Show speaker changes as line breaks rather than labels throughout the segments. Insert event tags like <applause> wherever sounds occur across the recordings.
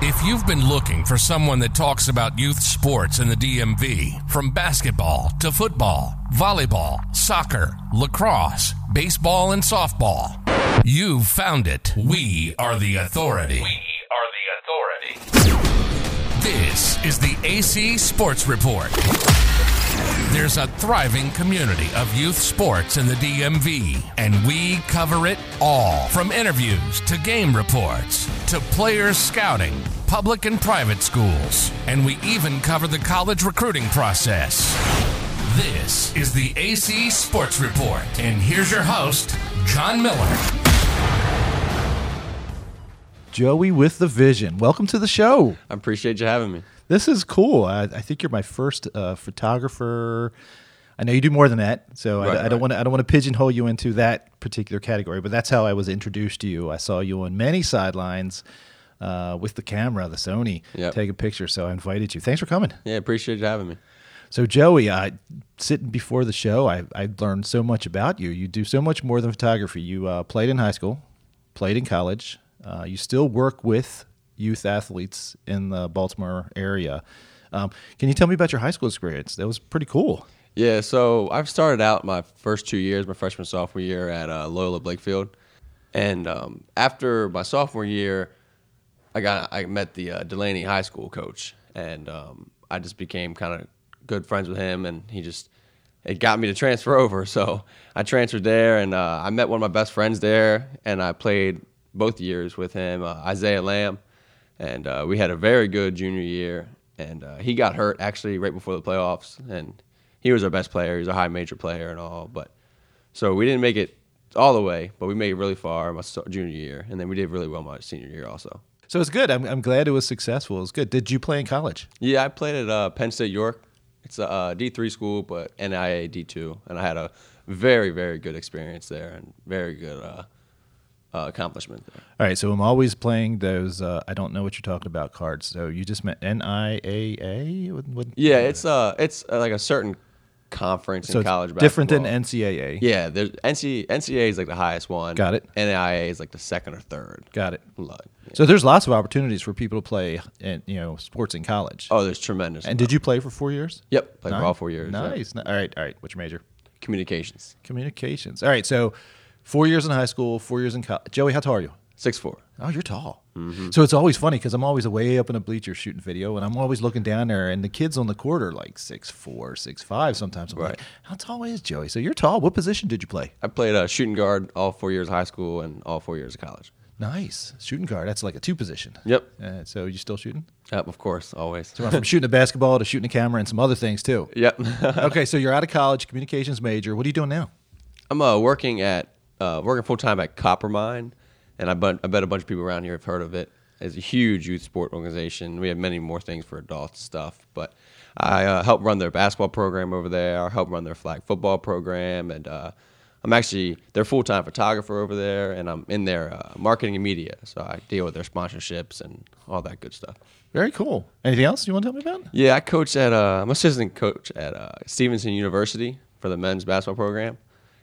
If you've been looking for someone that talks about youth sports in the DMV, from basketball to football, volleyball, soccer, lacrosse, baseball, and softball, you've found it. We are the authority.
We are the authority.
This is the AC Sports Report. There's a thriving community of youth sports in the DMV, and we cover it all from interviews to game reports to players scouting, public and private schools, and we even cover the college recruiting process. This is the AC Sports Report, and here's your host, John Miller.
Joey with the vision. Welcome to the show.
I appreciate you having me.
This is cool. I, I think you're my first uh, photographer. I know you do more than that, so
Right,
I, I don't
right.
want to. I don't want to pigeonhole you into that particular category. But that's how I was introduced to you. I saw you on many sidelines uh, with the camera, the Sony,
Yep.
taking pictures. So I invited you. Thanks for coming.
Yeah, appreciate you having me.
So Joey, I sitting before the show, I, I learned so much about you. You do so much more than photography. You uh, played in high school, played in college. Uh, you still work with youth athletes in the Baltimore area. Um, can you tell me about your high school experience? That was pretty cool.
Yeah, so I've started out my first two years, my freshman sophomore year at uh, Loyola Blakefield, and um, after my sophomore year, I got I met the uh, Delaney High School coach, and um, I just became kind of good friends with him, and he just it got me to transfer <laughs> over. So I transferred there, and uh, I met one of my best friends there, and I played both years with him, uh, Isaiah Lamb, and uh, we had a very good junior year. And uh, he got hurt actually right before the playoffs, and he was our best player. He was a high major player and all, but so we didn't make it all the way, but we made it really far my so- junior year, and then we did really well my senior year also.
So it's good. I'm, I'm glad it was successful. It was good. Did you play in college?
Yeah, I played at uh, Penn State York. It's a uh, D three school, but NIA D two, and I had a very very good experience there and very good uh, uh, accomplishment there.
All right. So I'm always playing those. Uh, I don't know what you're talking about cards. So you just meant N I A A. What- what-
Yeah, it's uh it's uh, like a certain conference
So
in
it's
college
different than
basketball.
NCAA.
Yeah, there's NC NCAA is like the highest one.
Got it.
NIA is like the second or third.
Got it.
Like,
So there's lots of opportunities for people to play, in, you know, sports in college.
Oh, there's tremendous.
and did you play for four years?
Yep, played for all four years. yeah.
Nice. Ni- All right. All right. What's your major?
Communications.
Communications. All right. So four years in high school, four years in college. Joey, how tall are you?
Six four.
Oh, you're tall.
Mm-hmm.
So it's always funny because I'm always way up in the bleacher shooting video, and I'm always looking down there, and the kids on the court are like six four, six five. Sometimes I'm like,
Right.
how tall is Joey? So you're tall. What position did you play?
I played uh, shooting guard all four years of high school and all four years of college.
Nice shooting guard. That's like a two position.
Yep.
Uh, so you still shooting? <laughs>
Yep, of course, always.
So from shooting a basketball to shooting a camera and some other things too.
<laughs> Yep. <laughs>
okay, so you're out of college, communications major. What are you doing now?
I'm uh, working at uh, working full time at Coppermine, and I bet I bet a bunch of people around here have heard of it. It's a huge youth sport organization. We have many more things for adults stuff, but I uh, help run their basketball program over there. I help run their flag football program, and uh, I'm actually their full time photographer over there, and I'm in their uh, marketing and media, so I deal with their sponsorships and all that good stuff.
Very cool. Anything else you want to tell me about?
Yeah, I coach at uh, I'm assistant coach at uh, Stevenson University for the men's basketball program.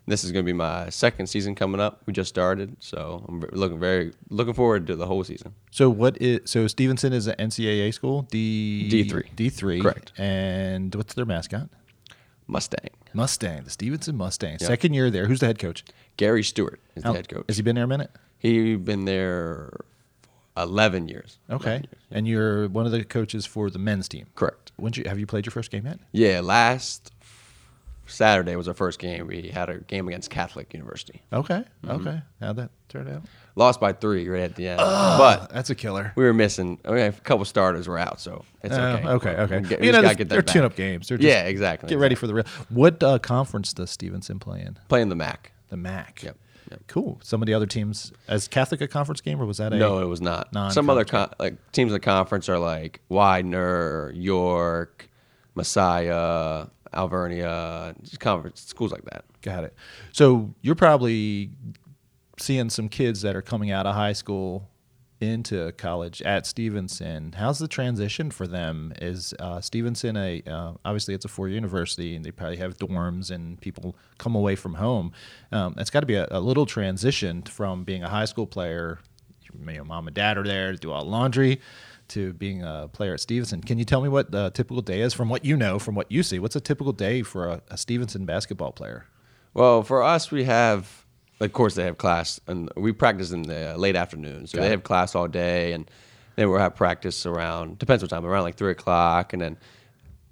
This is going to be my second season coming up. We just started, so I'm ve- looking very looking forward to the whole season.
So what is so Stevenson is an NCAA school? D
D3.
D three.
Correct.
And what's their mascot?
Mustang.
Mustang, the Stevenson Mustang. Second year there. Who's the head coach?
Gary Stewart is the
How-
head coach.
Has Oh, he been there a minute?
He's been there 11 years.
Okay. And you're one of the coaches for the men's team.
Correct.
When you have you played your first game yet?
Yeah, last Saturday was our first game. We had a game against Catholic University.
Okay. Okay. How'd that turn out? Uh,
Lost by three right at the end, but
That's a <laughs> killer.
we were missing. I mean, a couple starters were out, so it's
Oh,
okay.
okay, okay.
We get- we
You
just
know,
gotta
this-
get that
they're
back.
tune-up games. They're just-
yeah, exactly.
Get ready for the real. What uh, conference does Stevenson play in?
playing the MAC.
The MAC.
Yep, yep.
Cool. Some of the other teams as Catholic a conference game or was that a
No, it was not. Some other con- like teams in the conference are like Widener, York, Messiah, Alvernia, just conference schools like that.
Got it. So you're probably seeing some kids that are coming out of high school into college at Stevenson. How's the transition for them? Is uh, Stevenson a uh, obviously it's a four year university and they probably have dorms and people come away from home. Um, it's got to be a, a little transition from being a high school player you know, mom and dad are there to do all the laundry, to being a player at Stevenson. Can you tell me what the typical day is from what you know, from what you see? What's a typical day for a, a Stevenson basketball player?
Well, for us, we have, of course, they have class, and we practice in the uh, late afternoon. So
Got
they
it.
have class all day, and then we'll have practice around depends what time, around like three o'clock, and then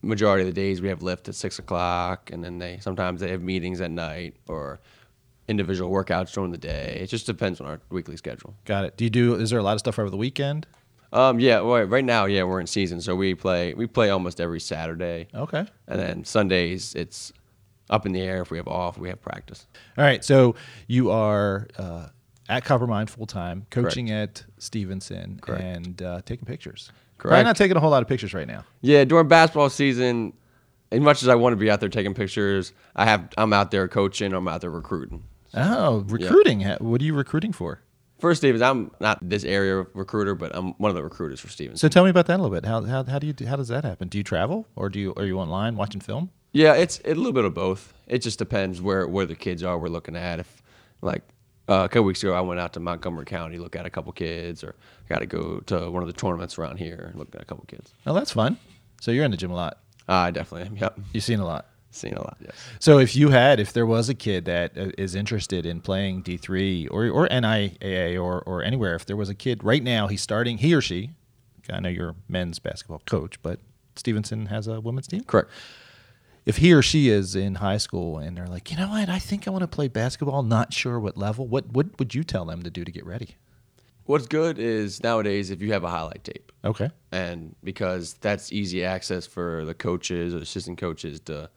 majority of the days we have lift at six o'clock, and then they sometimes they have meetings at night or individual workouts during the day. It just depends on our weekly schedule.
Got it. Do you do? Is there a lot of stuff over the weekend?
Um, yeah, right, right now, yeah, we're in season, so we play we play almost every Saturday,
Okay.
and then Sundays it's up in the air if we have off, we have practice.
All right. So you are uh, at Coppermine full time, coaching at Stevenson, and uh, taking pictures. Probably
Correct.
not taking a whole lot of pictures right now.
Yeah, during basketball season, as much as I want to be out there taking pictures, I have I'm out there coaching, I'm out there recruiting.
Oh, recruiting. Ha- What are you recruiting for?
For Stevens, I'm not this area recruiter, but I'm one of the recruiters for Stevens.
So tell me about that a little bit. How, how, how do you do, how does that happen? Do you travel or do you are you online watching film?
Yeah, it's a little bit of both. It just depends where, where the kids are we're looking at. If like uh, a couple weeks ago, I went out to Montgomery County look at a couple kids, or got to go to one of the tournaments around here and look at a couple kids.
Oh, that's fun. So you're in the gym a lot.
I definitely am. Yep,
You've seen a lot.
seen a lot. Yes.
So if you had, if there was a kid that uh, is interested in playing D three or or NIAA or or anywhere, if there was a kid right now, he's starting he or she. I know you're a men's basketball coach, but Stevenson has a women's team.
Correct.
If he or she is in high school and they're like, you know what, I think I want to play basketball, not sure what level. What what would you tell them to do to get ready?
What's good is nowadays if you have a highlight tape,
Okay.
and because that's easy access for the coaches or the assistant coaches to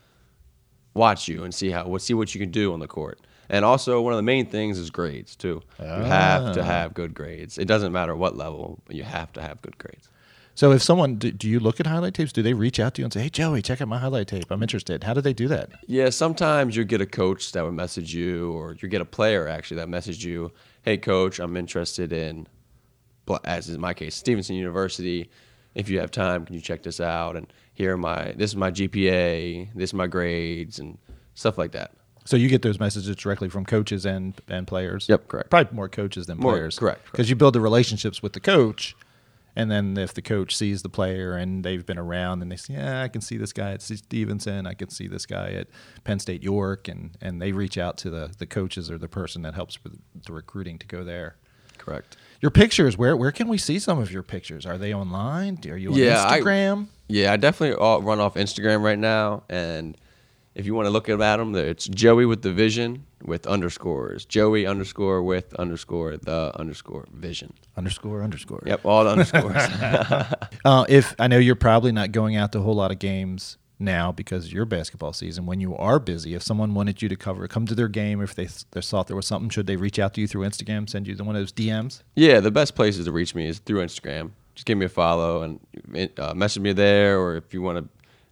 watch you and see how what see what you can do on the court. And also one of the main things is grades too. You have to have good grades. It doesn't matter what level, but you have to have good grades.
So if someone do, do you look at highlight tapes? Do they reach out to you and say, "Hey Joey, check out my highlight tape. I'm interested." How do they do that?
Yeah, sometimes you get a coach that would message you, or you get a player actually that messaged you, "Hey, coach, I'm interested in," bl- as in my case, Stevenson University. If you have time, can you check this out? And here are my this is my GPA, this is my grades, and stuff like that.
So you get those messages directly from coaches and and players.
Yep, correct.
Probably more coaches than
More,
players.
correct, correct.
Because you build the relationships with the coach, and then if the coach sees the player and they've been around and they say, "Yeah, I can see this guy at Stevenson. I can see this guy at Penn State York," and and they reach out to the the coaches or the person that helps with the recruiting to go there.
Correct.
Your pictures, where where can we see some of your pictures? Are they online? Are you on
Yeah, I-
Instagram?
Yeah, I definitely all run off Instagram right now, and if you want to look at them, there- it's Joey with the vision with underscores, Joey underscore with underscore the underscore vision.
underscore underscore.
Yep, all the underscores.
Uh, if I know you're probably not going out to a whole lot of games now because of your basketball season, when you are busy, if someone wanted you to cover, come to their game, if they, they thought there was something, should they reach out to you through Instagram, send you one of those DMs?
Yeah, the best places to reach me is through Instagram. Just give me a follow and uh, message me there, or if you want to,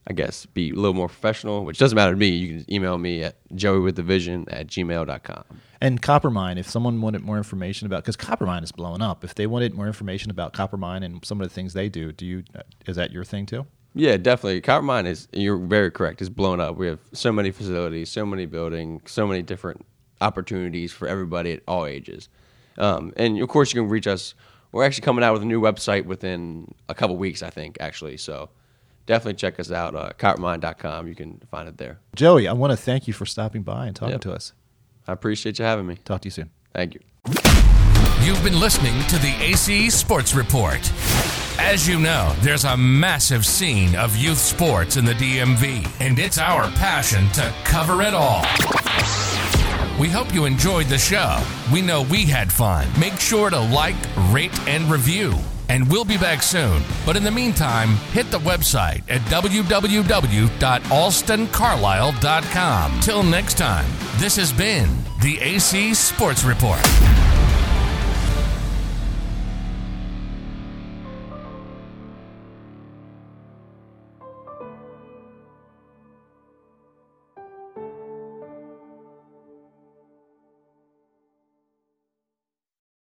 I guess, be a little more professional, which doesn't matter to me, you can email me at joeywiththevision at gmail.com.
And Coppermine, if someone wanted more information about, because Coppermine is blowing up, if they wanted more information about Coppermine and some of the things they do, do you uh, is that your thing too?
Yeah, definitely. Coppermine is, you're very correct, it's blown up. We have so many facilities, so many buildings, so many different opportunities for everybody at all ages. Um, and of course, you can reach us. We're actually coming out with a new website within a couple weeks, I think, actually. So definitely check us out, uh, coppermine.com. You can find it there.
Joey, I want to thank you for stopping by and talking
Yep.
to us.
I appreciate you having me.
Talk to you soon.
Thank you.
You've been listening to the AC Sports Report. As you know, there's a massive scene of youth sports in the DMV, and it's our passion to cover it all. We hope you enjoyed the show. We know we had fun. Make sure to like, rate, and review. And we'll be back soon. But in the meantime, hit the website at www.alstoncarlisle.com. Till next time, this has been the AC Sports Report.